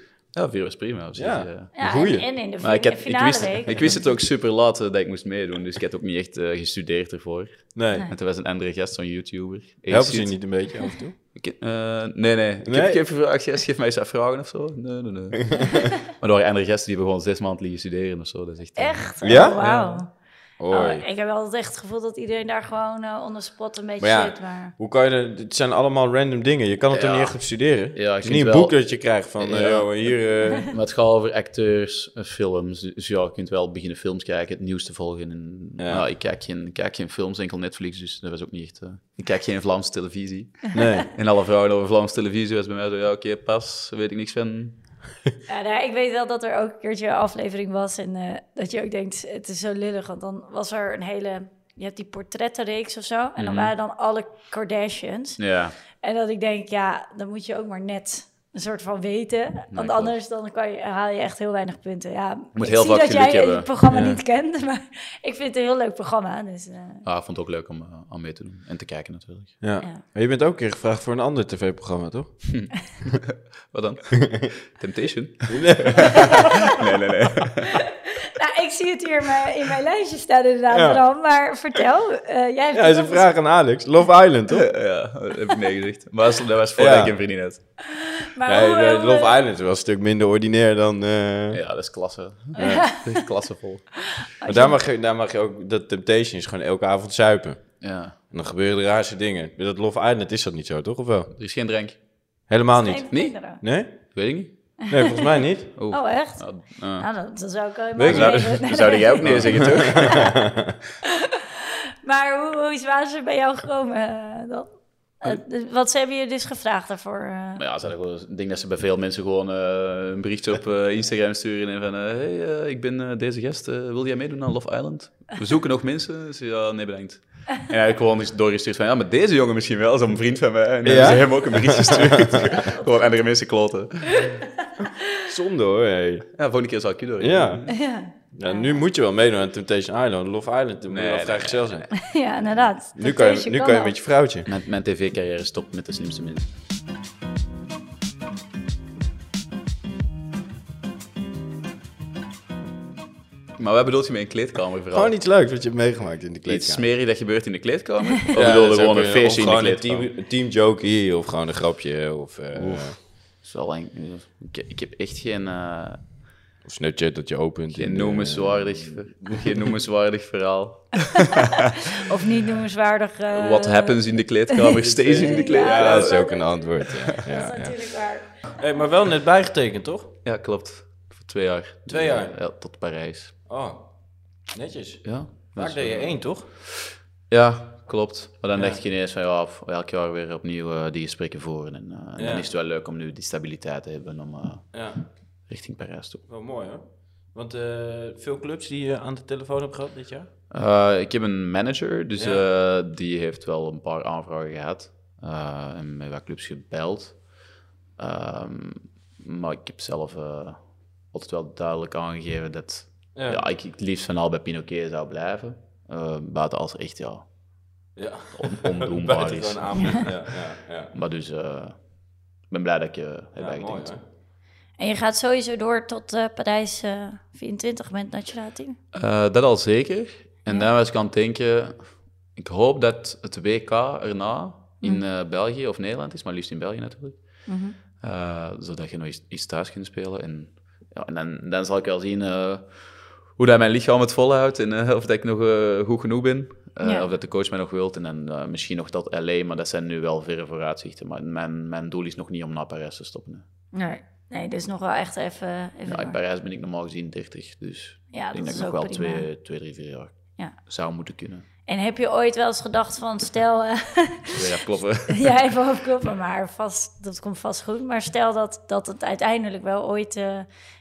S1: vier was prima op zich.
S3: Ja.
S1: eh.
S4: Ja, en,
S3: Goeie.
S4: en in de
S1: Maar ik,
S4: fin-
S1: had, ik,
S4: finale
S1: wist,
S4: week.
S1: ik wist het ook super laat eh, dat ik moest meedoen, dus ik had ook niet echt eh, gestudeerd ervoor.
S3: Nee.
S1: En toen was een andere gast, zo'n YouTuber.
S3: Helpen ze je
S1: Acid.
S3: niet een beetje af en toe?
S1: Ik- eh, nee, nee. Ik
S3: Nee?
S1: heb, ik heb gevraagd, yes, geef mij eens afvragen of zo. Nee, nee, nee. maar er waren andere gasten die hebben gewoon zes maanden liggen studeren of zo. Dat is echt... eh,
S4: Echt?
S3: Ja?
S4: Oh, wauw. Oh,
S3: Hoi.
S4: ik heb wel echt het gevoel dat iedereen daar gewoon eh on the spot een beetje
S3: Maar ja,
S4: zit. Maar...
S3: Hoe kan je er, het zijn allemaal random dingen. Je kan het er
S1: Ja.
S3: niet echt op
S1: Ja,
S3: studeren.
S1: ik
S3: het is
S1: vind
S3: niet een
S1: wel-
S3: boek dat je krijgt van, eh,
S1: Ja.
S3: yo, hier... eh,
S1: Maar het gaat over acteurs, eh, films. Dus ja, je kunt wel beginnen films kijken, het nieuws te volgen. En,
S3: Ja.
S1: nou, ik, kijk geen, ik kijk geen films, enkel Netflix, dus dat was ook niet echt... eh, ik kijk geen Vlaamse televisie.
S3: nee.
S1: En alle vrouwen over Vlaamse televisie was bij mij zo, ja, oké, pas, weet ik niks van.
S4: Ja, nou, ik weet wel dat er ook een keertje een aflevering was. En eh, dat je ook denkt, het is zo lullig. Want dan was er een hele... Je hebt die portrettenreeks of zo. En dan waren dan alle Kardashians.
S1: Ja,
S4: En dat ik denk, ja, dan moet je ook maar net een soort van weten. want
S1: klopt.
S4: anders dan kan je, haal je echt heel weinig punten. Ja, ik
S1: heel
S4: zie
S1: vaak
S4: dat
S1: geluk
S4: jij
S1: hebben.
S4: het programma
S3: Ja.
S4: niet kent. Maar ik vind het een heel leuk programma. Dus, eh,
S1: ah, ik vond het ook leuk om eh, aan mee te doen. En te kijken natuurlijk.
S3: Ja.
S4: Ja.
S3: Maar je bent ook een keer gevraagd voor een ander tv-programma, toch?
S1: Wat dan? Temptation?
S4: nou, ik zie het hier in mijn, in mijn lijstje staan inderdaad,
S3: Ja.
S4: Bram. Maar vertel, eh, jij hebt
S3: Ja, dat is een
S4: het ook
S3: vraag aan Alex. Love Island, toch?
S1: ja, dat heb ik nee gezegd. Maar dat was- dat was voordat
S3: Ja.
S1: ik een vriendin had.
S4: eens- Maar
S3: Nee,
S4: hoe- eh,
S3: nee,
S4: hoe-
S3: Love Island is wel een stuk minder ordinair dan... eh,
S1: Ja, dat is klasse. Ja. Echt klassevol.
S3: Maar daar mag, je, daar mag je ook... Dat Temptation is gewoon elke avond zuipen.
S1: Ja,
S3: En dan gebeuren de raarste dingen. Bij dat Love Island is dat niet zo, toch? Of wel?
S1: er is geen drank.
S3: Helemaal niet.
S4: Geen
S1: niet?
S4: eh, kinderen.
S3: Nee?
S1: Weet ik niet.
S3: Nee, volgens mij niet.
S1: Oeh.
S4: Oh, echt?
S1: Ah, ah.
S4: Nou, dan, dan zou ik wel
S3: Weet ik
S4: helemaal
S1: Zou,
S4: niet weten.
S1: zou jij ook nee zeggen, toch?
S4: Maar hoe, hoe is waar ze bij jou gekomen eh, dan? Eh, dus wat ze hebben je dus gevraagd daarvoor? eh?
S1: Maar ja, ze hadden gewoon, ik denk dat ze bij veel mensen gewoon eh, een berichtje op eh, Instagram sturen. En van, eh, hey, eh, ik ben eh, deze gast. eh, wil jij meedoen aan Love Island? We zoeken nog mensen. Ze ja, nee, bedankt. En eigenlijk gewoon eens doorgestuurd van, ja, maar deze jongen misschien wel. Zo'n vriend van mij. En dan
S3: Ja?
S1: hebben ze hem ook een berichtje gestuurd. gewoon andere mensen kloten.
S3: Zonde hoor, hey.
S1: Ja, volgende keer zal ik je door.
S3: Ja.
S4: ja.
S3: Ja, nu moet je wel meedoen aan Temptation Island. Love Island, dan moet je
S1: Nee,
S3: wel vrij
S1: nee.
S3: gezellig zijn.
S4: ja, inderdaad.
S3: Nu kan je,
S4: Temptation
S3: nu kan je
S4: al.
S3: met je vrouwtje.
S1: Mijn, mijn tv-carrière stopt met de slimste mensen. Maar wat bedoelt je met een kleedkamer vooral?
S3: Gewoon iets leuks wat je hebt meegemaakt in de
S1: Iets
S3: kleedkamer.
S1: smerig dat gebeurt in de kleedkamer? Of
S3: Ja,
S1: bedoel je
S3: dat is
S1: gewoon
S3: ook
S1: een feestje in de
S3: gewoon
S1: kleedkamer?
S3: Een team, team joke hier, of gewoon een grapje, of, eh,
S1: Dat is wel eng. ik, ik heb echt geen, eh
S3: of Snapchat dat je opent.
S1: geen,
S3: in de-
S1: noemenswaardig, ver- geen noemenswaardig verhaal.
S4: Of niet noemenswaardig. eh,
S1: What happens in de kleedkamer stays in de kleedkamer.
S3: Ja, dat is ook een antwoord. Ja,
S4: Dat
S3: ja,
S4: is
S3: ja.
S4: natuurlijk waar.
S3: Hey, maar wel net bijgetekend, toch?
S1: Ja, klopt. Voor twee jaar.
S3: Twee jaar?
S1: Ja, tot Parijs.
S3: Oh. Netjes.
S1: Ja.
S3: Vaak
S1: Dus,
S3: deed je
S1: eh,
S3: één, toch?
S1: Ja, klopt. Maar dan
S3: Ja.
S1: dacht je ineens van ja, of elk jaar weer opnieuw eh, die gesprekken voeren. En eh, en
S3: Ja.
S1: dan is het wel leuk om nu die stabiliteit te hebben om eh,
S3: Ja,
S1: richting Parijs toe.
S3: wel mooi hoor. Want eh, veel clubs die je aan de telefoon hebt gehad dit jaar?
S1: Eh, ik heb een manager, dus
S3: Ja.
S1: eh, die heeft wel een paar aanvragen gehad. eh, en met wat clubs gebeld. Ehm, maar ik heb zelf eh, altijd wel duidelijk aangegeven dat ja. ik ik het liefst van al bij Pinoquet zou blijven. Eh, buiten als er echt ja,
S3: ja.
S1: on- ondoenbaar is.
S3: Buitengewoon aanbod. ja, ja, ja.
S1: Maar dus, eh, ik ben blij dat ik je heb
S3: Ja, mooi,
S1: bijgetekend.
S3: hè?
S4: En je gaat sowieso door tot eh, Parijs eh 24 met het nationaal team.
S1: Eh, dat al zeker. En dan was ik aan het denken, ik hoop dat het WK erna in
S4: Mhm.
S1: eh, België of Nederland is, maar liefst in België natuurlijk. Eh, zodat je nog eens, iets thuis kunt spelen. En, ja, en dan, dan zal ik wel zien eh, hoe dat mijn lichaam het volhoudt en eh, of dat ik nog eh, goed genoeg ben. Eh,
S4: Ja.
S1: Of dat de coach mij nog wilt. En dan eh, misschien nog dat LA, maar dat zijn nu wel verre vooruitzichten. Maar mijn, mijn doel is nog niet om naar Parijs te stoppen. hè.
S4: Nee. Nee, dus nog wel echt even... even
S1: Ja,
S4: door.
S1: in Parijs ben ik normaal gezien 30, dus
S4: Ja,
S1: ik denk
S4: dat
S1: dat ik
S4: is
S1: nog
S4: ook
S1: wel
S4: prima.
S1: twee, twee, drie, vier jaar
S4: Ja.
S1: zou moeten kunnen.
S4: En heb je ooit wel eens gedacht van, stel... eh,
S1: Weer afkloppen.
S4: Ja, even opkloppen, maar vast, dat komt vast goed. Maar stel dat, dat het uiteindelijk wel ooit... eh,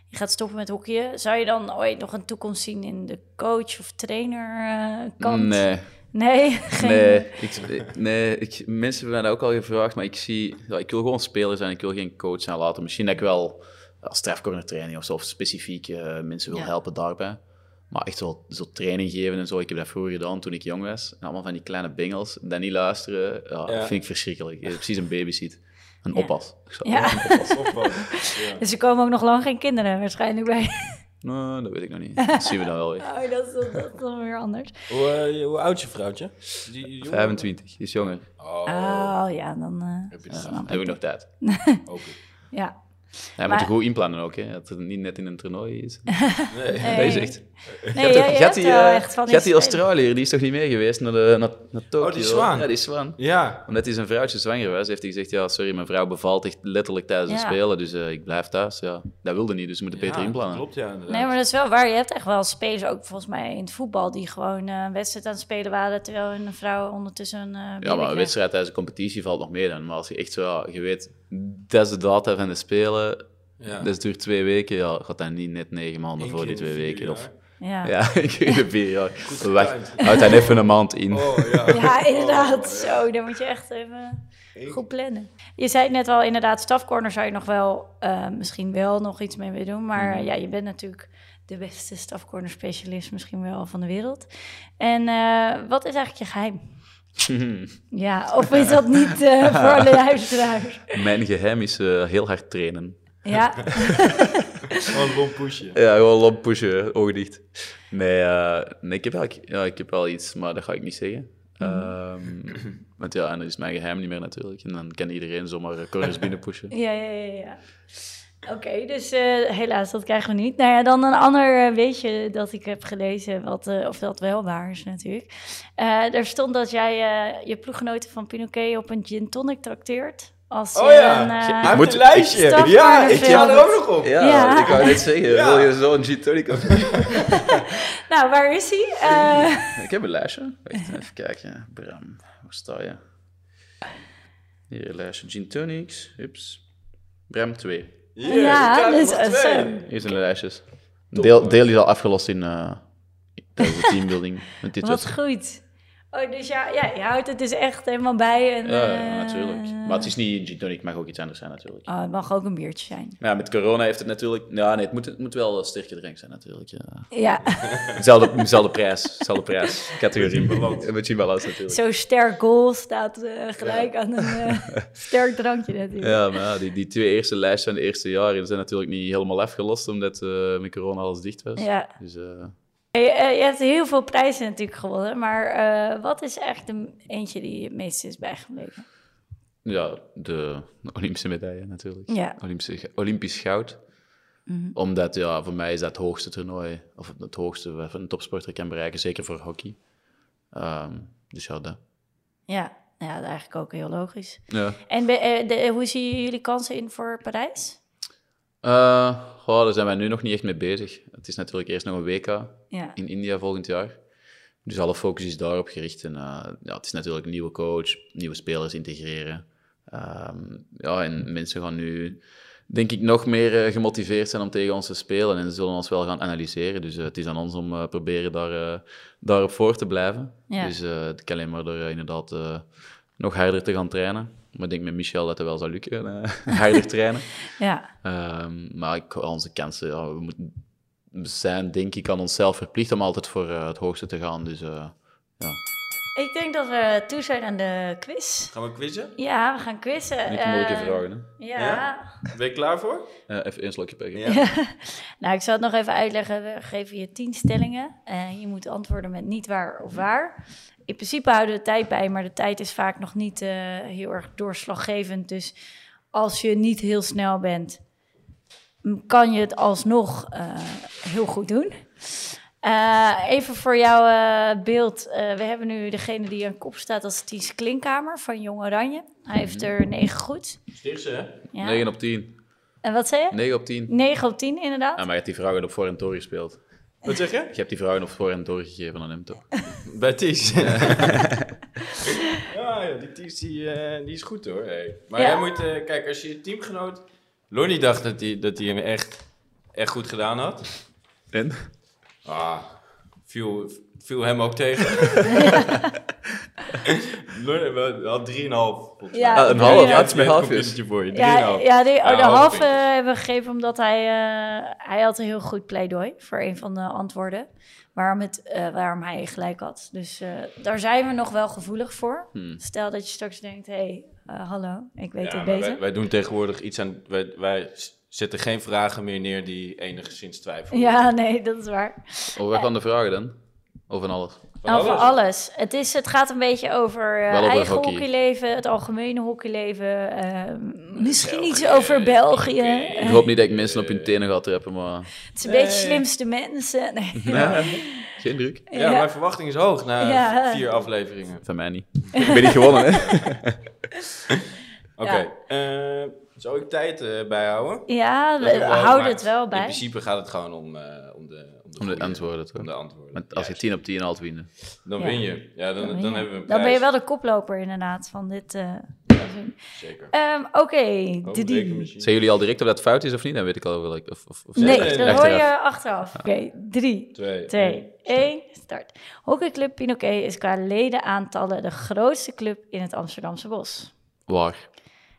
S4: je gaat stoppen met hockeyen. Zou je dan ooit nog een toekomst zien in de coach of trainer eh, kant?
S1: Nee,
S4: Nee? Geen-
S1: nee, ik, nee ik, mensen hebben mij dat ook al gevraagd, maar ik zie, ja, ik wil gewoon speler zijn, ik wil geen coach zijn later. Misschien dat ik wel als strafcorner training of zo, of specifiek eh, mensen wil
S4: Ja.
S1: helpen daarbij. Maar echt wel zo training geven en zo, ik heb dat vroeger gedaan toen ik jong was. En allemaal van die kleine bingels, dat niet luisteren, ja,
S3: Ja.
S1: dat vind ik verschrikkelijk. Je bent precies een babysit. Een
S4: Ja.
S1: oppas. Ik zou-
S4: Ja.
S3: Opbouwen. Ja.
S4: Dus er komen ook nog lang geen kinderen waarschijnlijk bij.
S1: Nee, dat weet ik nog niet. Dat zien we dan wel weer.
S4: Oh, dat is, dat is dan weer anders.
S3: Hoe, eh, hoe oud is je vrouwtje? Is die jonger?
S1: 25, is jonger.
S3: Oh,
S4: Oh, ja, dan... eh,
S3: heb je
S1: Ja,
S3: dat
S1: dan heb ik nog tijd.
S3: ook.
S4: ja.
S1: Hij moet
S4: Maar-
S1: er goed inplannen ook, hè. Dat het niet net in een toernooi is.
S3: Nee.
S4: Nee.
S1: Dat is echt...
S4: Nee,
S1: Gaat
S4: ja, je
S1: die- gaat
S4: hebt
S1: die,
S4: wel
S1: eh,
S4: echt van
S1: gaat die
S4: spelen.
S1: Australiër, die is toch niet mee geweest naar, de, naar, naar Tokio?
S3: Oh, die zwaan.
S1: Ja, die zwaan.
S3: Ja.
S1: Omdat hij zijn vrouwtje zwanger was, heeft hij gezegd, ja, sorry, mijn vrouw bevalt echt letterlijk tijdens het
S4: Ja.
S1: spelen, dus eh, ik blijf thuis. Ja, dat wilde niet, dus we moeten beter
S3: Ja,
S1: inplannen.
S3: Klopt, ja, inderdaad.
S4: Nee, maar dat is wel waar. Je hebt echt wel spelers, ook volgens mij in het voetbal, die gewoon eh, een wedstrijd aan het spelen waren, terwijl hun vrouw ondertussen een eh,
S1: Ja, maar
S4: baby
S1: een
S4: kreeg.
S1: wedstrijd tijdens een competitie valt nog meer dan. Maar als je echt zo, ja, je weet, dat is de data van de spelen,
S3: Ja.
S1: dat duurt twee weken, ja, gaat dat niet net negen maanden
S3: Eén
S1: voor
S3: keer
S1: die
S3: in
S1: twee
S3: vier
S1: weken.
S3: jaar.
S1: Of,
S4: Ja.
S1: ja, ik weet het vier jaar.
S3: getimed.
S1: Wacht, houd dan even een maand in.
S3: Oh, ja.
S4: Ja, inderdaad.
S3: Oh, ja.
S4: Zo, dan moet je echt even
S3: Ik-
S4: goed plannen. Je zei het net al, inderdaad, stafcorner zou je nog wel eh, misschien wel nog iets mee willen doen.
S3: Mhm.
S4: Maar eh, ja, je bent natuurlijk de beste stafcorner specialist misschien wel van de wereld. En eh, wat is eigenlijk je geheim? Ja, of is dat niet eh, voor alle luisteraars?
S1: Mijn geheim is eh, heel hard trainen.
S4: Ja,
S3: Gewoon Oh, een pushje.
S1: Ja, gewoon lamp pushen, ogen dicht. Nee, eh, nee ik, heb eigenlijk, ja, ik heb wel iets, maar dat ga ik niet zeggen.
S4: Mhm.
S1: Ehm, want ja, en dat is mijn geheim niet meer natuurlijk. En dan kan iedereen zomaar eh, corners binnen pushen.
S4: Ja, ja, ja. ja. Oké, dus eh, helaas, dat krijgen we niet. Nou ja, dan een ander eh, weetje dat ik heb gelezen, wat, eh, of dat wel waar is natuurlijk. Eh, er stond dat jij eh, je ploeggenoten van Pinoquet op een gin tonic trakteert. Als
S3: Oh
S4: je
S3: ja.
S4: een, eh,
S1: Ik
S3: Uit
S1: moet-
S3: het lijstje.
S4: Staf
S3: Ja,
S4: naar de
S3: ik ga er
S4: film.
S3: ook nog op.
S4: Ja. ik wou
S1: net zeggen,
S3: Ja. wil je
S1: zo'n G-tonic
S4: Nou, waar is hij? Eh,
S1: Ik heb een lijstje. Wacht, even kijken. Bram, waar sta je? Hier, een lijstje gin tonics. Hups. Bram 2.
S3: Yes,
S4: Ja,
S3: daar
S4: dus,
S3: nog
S4: eh,
S3: twee.
S4: zo.
S1: Hier zijn de lijstjes. Deel, deel is al afgelost in eh, tijdens de teambuilding. Want dit was
S4: wat goed. Oh, dus ja, ja, je houdt het dus echt helemaal bij. En,
S1: Ja,
S4: eh,
S1: ja, natuurlijk. Maar het is niet een gin tonic, het mag ook iets anders zijn natuurlijk.
S4: Oh, het mag ook een biertje zijn.
S1: Maar ja, met corona heeft het natuurlijk... Ja, nee, het moet, het moet wel een sterke drink zijn natuurlijk. Ja.
S4: Ja,
S1: Zelfde, zelfde prijs, zelfde prijs. Categorie.
S3: Met Gimbalans.
S1: Met Gimbalans natuurlijk.
S4: zo sterk goal staat eh, gelijk aan een eh, sterk drankje natuurlijk.
S1: Ja, maar ja, die, die twee eerste lijsten van de eerste jaren zijn natuurlijk niet helemaal afgelost, omdat eh, met corona alles dicht was.
S4: ja.
S1: Dus eh,
S4: Je, eh, je hebt heel veel prijzen natuurlijk gewonnen, maar eh, wat is echt de eentje die je het meest is bijgebleven?
S1: ja, de Olympische medaille natuurlijk.
S4: Ja.
S1: Olympische, Olympisch goud. Omdat ja, voor mij is dat het hoogste toernooi, of het hoogste wat een topsporter kan bereiken, zeker voor hockey. Ehm, dus ja, dat.
S4: Ja, nou ja dat is eigenlijk ook heel logisch.
S1: Ja.
S4: En be- eh, de- hoe zien jullie kansen in voor Parijs?
S1: Eh, goh, daar zijn wij nu nog niet echt mee bezig. Het is natuurlijk eerst nog een WK
S4: Ja,
S1: in India volgend jaar. Dus alle focus is daarop gericht. En eh, ja, het is natuurlijk een nieuwe coach, nieuwe spelers integreren. Ehm, ja, en mensen gaan nu, denk ik, nog meer eh, gemotiveerd zijn om tegen ons te spelen. En ze zullen ons wel gaan analyseren. Dus eh, het is aan ons om eh, proberen daar, eh, daarop voor te blijven.
S4: Ja.
S1: Dus eh het kan alleen maar door eh, inderdaad eh, nog harder te gaan trainen. Maar ik denk met Michel dat het wel zal lukken, eh, harder trainen.
S4: ja,
S1: Ehm, maar ik, onze kansen, ja, we, moeten, we zijn denk ik aan onszelf verplicht om altijd voor eh, het hoogste te gaan. Dus eh, ja,
S4: ik denk dat we toe zijn aan de quiz.
S3: Gaan we quizzen?
S4: Ja, we gaan quizzen.
S1: niet de moeilijke
S4: Eh,
S1: vragen. Hè?
S4: Ja.
S3: Ja? Ben je klaar voor?
S1: Eh, even één slokje pakken.
S3: Ja.
S4: Nou, ik zal het nog even uitleggen. We geven je tien stellingen. Eh, je moet antwoorden met niet waar of waar. In principe houden we tijd bij, maar de tijd is vaak nog niet eh, heel erg doorslaggevend. Dus als je niet heel snel bent, m, kan je het alsnog eh, heel goed doen. Eh, even voor jouw eh, beeld. Eh, we hebben nu degene die aan kop staat als Ties Klinkkamer van Jong Oranje. Hij heeft
S1: Mhm.
S4: er negen goed.
S3: Stichtse, hè?
S4: Ja.
S1: 9 op 10.
S4: En wat zei je?
S1: 9 op 10.
S4: Negen op tien inderdaad.
S1: Ah, maar je hebt die vragen op voor en door gespeeld.
S3: Wat zeg je?
S1: Je hebt die vragen op voor en door gegeven aan hem toch?
S3: Bij Ties. Ja, ja, die Ties die, eh, die is goed hoor. hey. Maar
S4: Ja.
S3: jij moet, eh, kijk, als je je teamgenoot... Lonnie dacht dat hij dat die hem echt, echt goed gedaan had.
S1: En?
S3: Ah, viel, viel hem ook tegen. Lonnie wel- wel 3,5 volgens mij.
S4: Ja, Ah,
S1: een half, ja, het is
S3: met
S1: mijn
S3: een
S1: half is.
S3: computertje voor je. 3,5.
S4: Ja, ja die, oh,
S3: Ja,
S4: de
S3: halve
S4: halve
S3: puntjes.
S4: hebben we gegeven omdat hij, eh, hij had een heel goed pleidooi voor een van de antwoorden. Waarom, het, eh, waarom hij gelijk had. Dus eh, daar zijn we nog wel gevoelig voor. Stel dat je straks denkt, hé, hey, eh, hallo, ik weet
S3: Hmm. Ja,
S4: het
S3: maar
S4: beter.
S3: wij, wij doen tegenwoordig iets aan... Wij, wij s- zetten geen vragen meer neer die enigszins twijfelen.
S4: Ja, nee, dat is waar.
S1: Of wat van de vragen dan? Of van alles?
S3: Van
S4: Nou, voor
S3: alles.
S4: alles. Het, is, het gaat een beetje over eh,
S1: Wel over
S4: eigen
S1: hockey.
S4: hockeyleven, het algemene hockeyleven. eh, misschien iets
S3: België,
S4: over België.
S3: oké.
S1: Ik
S4: eh,
S1: hoop niet dat ik mensen op hun tenen ga trappen, maar
S4: het is een beetje
S3: Nee.
S4: slimste mensen. Nee.
S1: geen druk.
S3: Ja, mijn verwachting is hoog na
S4: Ja.
S3: vier afleveringen.
S1: Van mij niet. Ik ben niet gewonnen, hè?
S3: Oké, eh, zou ik tijd eh, bijhouden?
S4: Ja,
S3: Dat
S4: we
S3: ik wel,
S4: houden
S3: maar
S4: het wel
S3: In
S4: bij.
S3: principe gaat het gewoon om, eh, om de, om de,
S1: Om de
S3: goede-
S1: antwoorden, toch?
S3: Om de antwoorden.
S1: Want als je
S3: Juist.
S1: 10 op 10 haalt, winnen.
S3: Dan
S4: Ja.
S3: win je. Ja, dan, dan,
S4: Oh, Ja.
S3: hebben we een
S4: Dan ben je
S3: prijs.
S4: wel de koploper inderdaad van dit eh, seizoen.
S3: Zeker.
S4: Ehm, Oké,
S3: Oh,
S4: de drie.
S3: rekenmachine.
S1: Zijn jullie al direct of dat fout is of niet? Dan weet ik al wel. ik- Of, of, of
S4: Nee,
S1: zeg ik
S3: Nee,
S4: dat
S1: achteraf.
S4: hoor je achteraf. Oké, drie,
S3: Twee.
S4: twee, één, start. Hockeyclub Pinoquet is qua ledenaantallen de grootste club in het Amsterdamse bos.
S1: Waar?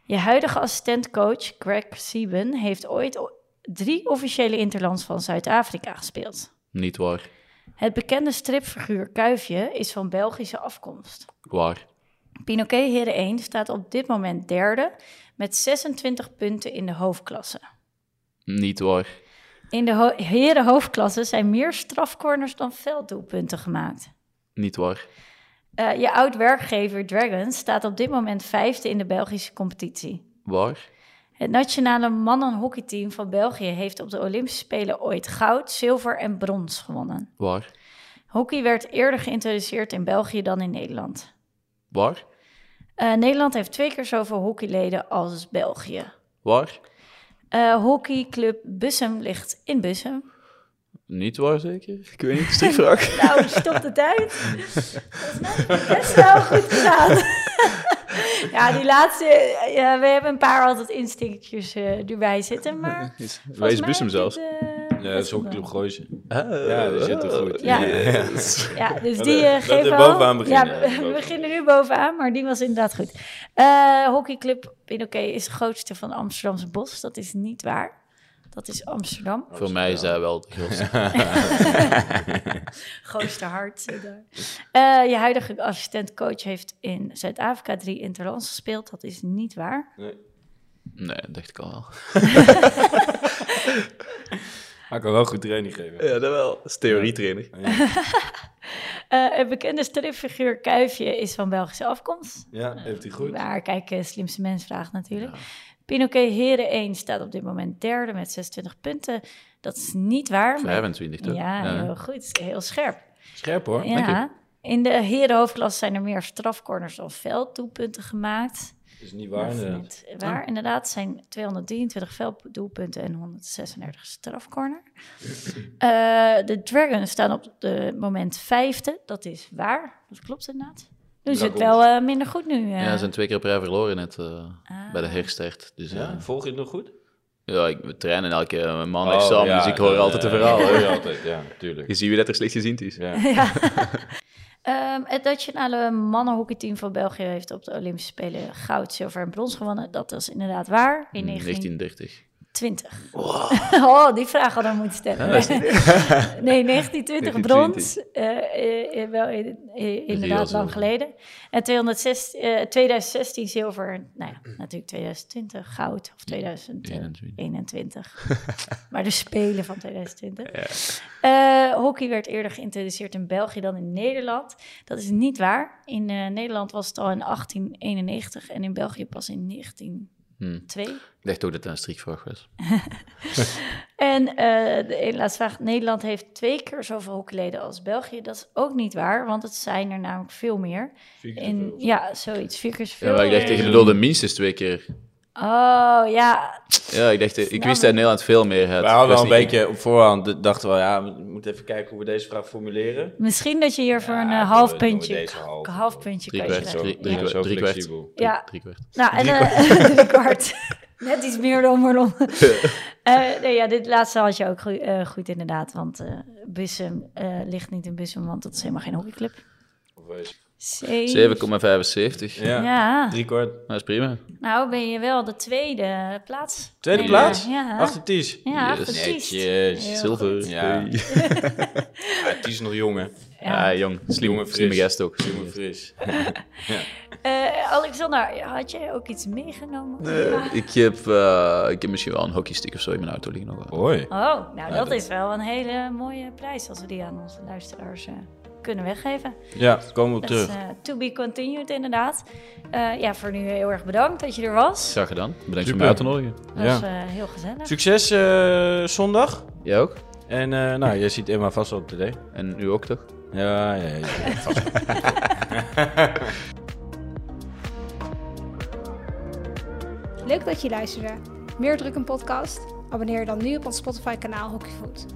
S4: Je huidige assistentcoach Greg Sieben heeft ooit o- drie officiële interlands van Zuid-Afrika gespeeld.
S1: Niet waar.
S4: Het bekende stripfiguur Kuifje is van Belgische afkomst.
S1: Waar?
S4: Pinoquet Heren 1 staat op dit moment derde met 26 punten in de hoofdklasse.
S1: Niet waar.
S4: In de ho heren hoofdklasse zijn meer strafcorners dan velddoelpunten gemaakt.
S1: Niet waar.
S4: Eh, je oud-werkgever Dragons staat op dit moment vijfde in de Belgische competitie.
S1: Waar?
S4: Het nationale mannenhockeyteam van België heeft op de Olympische Spelen ooit goud, zilver en brons gewonnen.
S1: Waar?
S4: Hockey werd eerder geïntroduceerd in België dan in Nederland.
S1: Waar?
S4: Eh, Nederland heeft twee keer zoveel hockeyleden als België.
S1: Waar?
S4: Eh, hockeyclub Bussum ligt in Bussum.
S1: Niet waar, zeker? Ik weet niet. Strikvraag.
S4: Nou, stop de tijd. Dat is nou best wel goed gedaan. ja, die laatste... eh, we hebben een paar altijd instinctjes eh erbij zitten, maar... volgens
S1: Wees
S4: mij
S1: Bussum
S4: heb ik
S1: zelfs.
S4: het, eh,
S3: Ja, dat is ook Club Gooise.
S1: Ja,
S3: Ja, dat zit er goed.
S4: Ja.
S1: Yes.
S4: Ja, dus
S3: Laten we-
S4: die eh,
S3: laten we
S4: geven we
S3: bovenaan
S4: al-
S3: beginnen.
S4: Ja,
S3: Bovenaan.
S4: we beginnen nu bovenaan, maar die was inderdaad goed. Eh hockeyclub Pinoké is de grootste van Amsterdamse bos. Dat is niet waar. Dat is Amsterdam.
S1: Voor mij is dat wel de grootste.
S4: Grootste hart. zit daar. Eh, je huidige assistentcoach heeft in Zuid-Afrika drie interlands gespeeld. Dat is niet waar.
S1: Nee, dat dacht ik al wel.
S3: Hij kan wel goed training geven.
S1: Ja, dat wel. Dat is theorietrainer.
S4: Eh het bekende stripfiguur Kuifje is van Belgische afkomst.
S3: Ja, heeft hij goed.
S4: Maar kijk, eh, slimste mens vraagt natuurlijk. Pinoké Heren 1 staat op dit moment derde met 26 punten. Dat is niet waar. maar-
S1: 25, toch?
S4: Ja, heel goed. Heel scherp.
S3: Scherp hoor.
S4: Ja. In de herenhoofdklasse zijn er meer strafcorners dan velddoelpunten gemaakt.
S3: is niet
S4: Dat
S3: waar
S1: eh,
S3: eh.
S4: is
S3: inderdaad.
S4: niet waar. Inderdaad, zijn 223 velddoelpunten en 136 strafcorner. Eh, de Dragons staan op het moment vijfde. Dat is waar. Dat klopt inderdaad. Doen ze het
S3: Dragons.
S4: wel eh, minder goed nu. eh.
S1: Ja, ze zijn twee keer per jaar verloren net eh,
S4: Ah.
S1: bij de herstart. Dus eh,
S3: Ja, volg je het nog goed?
S1: ja, ik, we trainen elke keer
S3: Oh,
S1: maandag samen, dus ik hoor altijd de verhalen.
S3: Ja, eh, altijd, ja, tuurlijk.
S1: Je ziet wie dat er slecht gezind is.
S3: Ja.
S4: Ehm, het nationale mannenhockeyteam van België heeft op de Olympische Spelen goud, zilver en brons gewonnen. Dat is inderdaad waar.
S1: Hm,
S4: In
S1: 1930.
S4: 1920. Oh, die vraag hadden we moeten stellen. nee, 1920 brons. eh, eh, wel in- eh, inderdaad
S1: zilver.
S4: lang geleden. En 216, eh, 2016 zilver. Nou ja, natuurlijk 2020 goud. Of 2021. maar de Spelen van 2020. Eh, hockey werd eerder geïntroduceerd in België dan in Nederland. Dat is niet waar. In eh, Nederland was het al in 1891 en in België pas in 1902.
S1: Ik dacht ook dat dat een strikvraag was.
S4: En eh, de ene laatste vraag. Nederland heeft twee keer zoveel hockeyleden als België. Dat is ook niet waar, want het zijn er namelijk veel meer. In, ja, zoiets. Vier keer
S1: Ja,
S4: zoveel.
S1: maar ik dacht, ik bedoelde minstens twee keer.
S4: Oh, ja.
S1: Ja, ik dacht, eh, ik
S4: Snap
S1: wist
S4: ik.
S1: dat Nederland veel meer had.
S3: We hadden
S1: Ik
S3: al
S1: was
S3: een
S1: niet-
S3: beetje op voorhand, dachten we, ja, we moeten even kijken hoe we deze vraag formuleren.
S4: Misschien dat je hier voor
S3: Ja,
S4: een
S3: doen we-
S4: eh,
S3: doen
S4: half
S3: we
S4: puntje...
S3: deze half.
S4: half puntje
S1: Drie
S4: kan je
S1: kwart,
S4: krijgen.
S1: drie- drie
S4: Ja.
S1: kwart.
S3: Zo
S1: kwart.
S3: flexibel.
S1: Drie-
S4: Ja.
S1: drie kwart.
S4: Nou, en eh, drie kwart. Net iets meer dan Merlon. Eh nee, ja, dit laatste had je ook goe- eh, goed inderdaad. Want eh Bussum eh, ligt niet in Bussum, want dat is helemaal geen hockeyclub.
S3: Of, eh,
S4: Zeven.
S1: 7,75.
S3: Ja,
S4: Ja.
S3: drie kwart.
S1: Dat is prima.
S4: Nou ben je wel de tweede plaats.
S3: Tweede
S4: Ja,
S3: plaats?
S4: Ja,
S3: Achter Ties.
S4: ja
S1: Yes.
S4: Ah, precies.
S3: Netjes.
S4: Heel
S1: Zilver.
S3: Ja.
S1: Hey.
S3: Ja, Ties is nog jong, hè?
S1: Ja, jong.
S3: Jonge
S1: Slimme,
S3: fris.
S1: slimme gast ook.
S3: Jong en fris.
S4: Eh, Alexander, had jij ook iets meegenomen?
S1: Ik heb, eh, ik heb misschien wel een hockeystick of zo in mijn auto liggen. Nog. wel.
S3: Mooi.
S4: Oh, nou dat
S1: dat-
S4: is wel een hele mooie prijs als we die aan onze luisteraars eh, kunnen weggeven.
S3: Ja, komen we op
S4: Dat is
S3: terug.
S4: eh, to be continued inderdaad. Eh, ja, voor nu heel erg bedankt dat je er was.
S1: Graag gedaan. Bedankt
S3: Super.
S1: voor mij uit te nodigen.
S4: Dat was
S3: Ja.
S4: eh, heel gezellig.
S3: Succes eh, zondag.
S1: Jij ook? En,
S3: Eh, nou, jij ziet Emma vast wel op de day.
S1: en u ook toch?
S3: Ja, ja, ja.
S2: Leuk dat je luisterde. Meer druk een podcast? Abonneer je dan nu op ons Spotify kanaal Hockeyfood.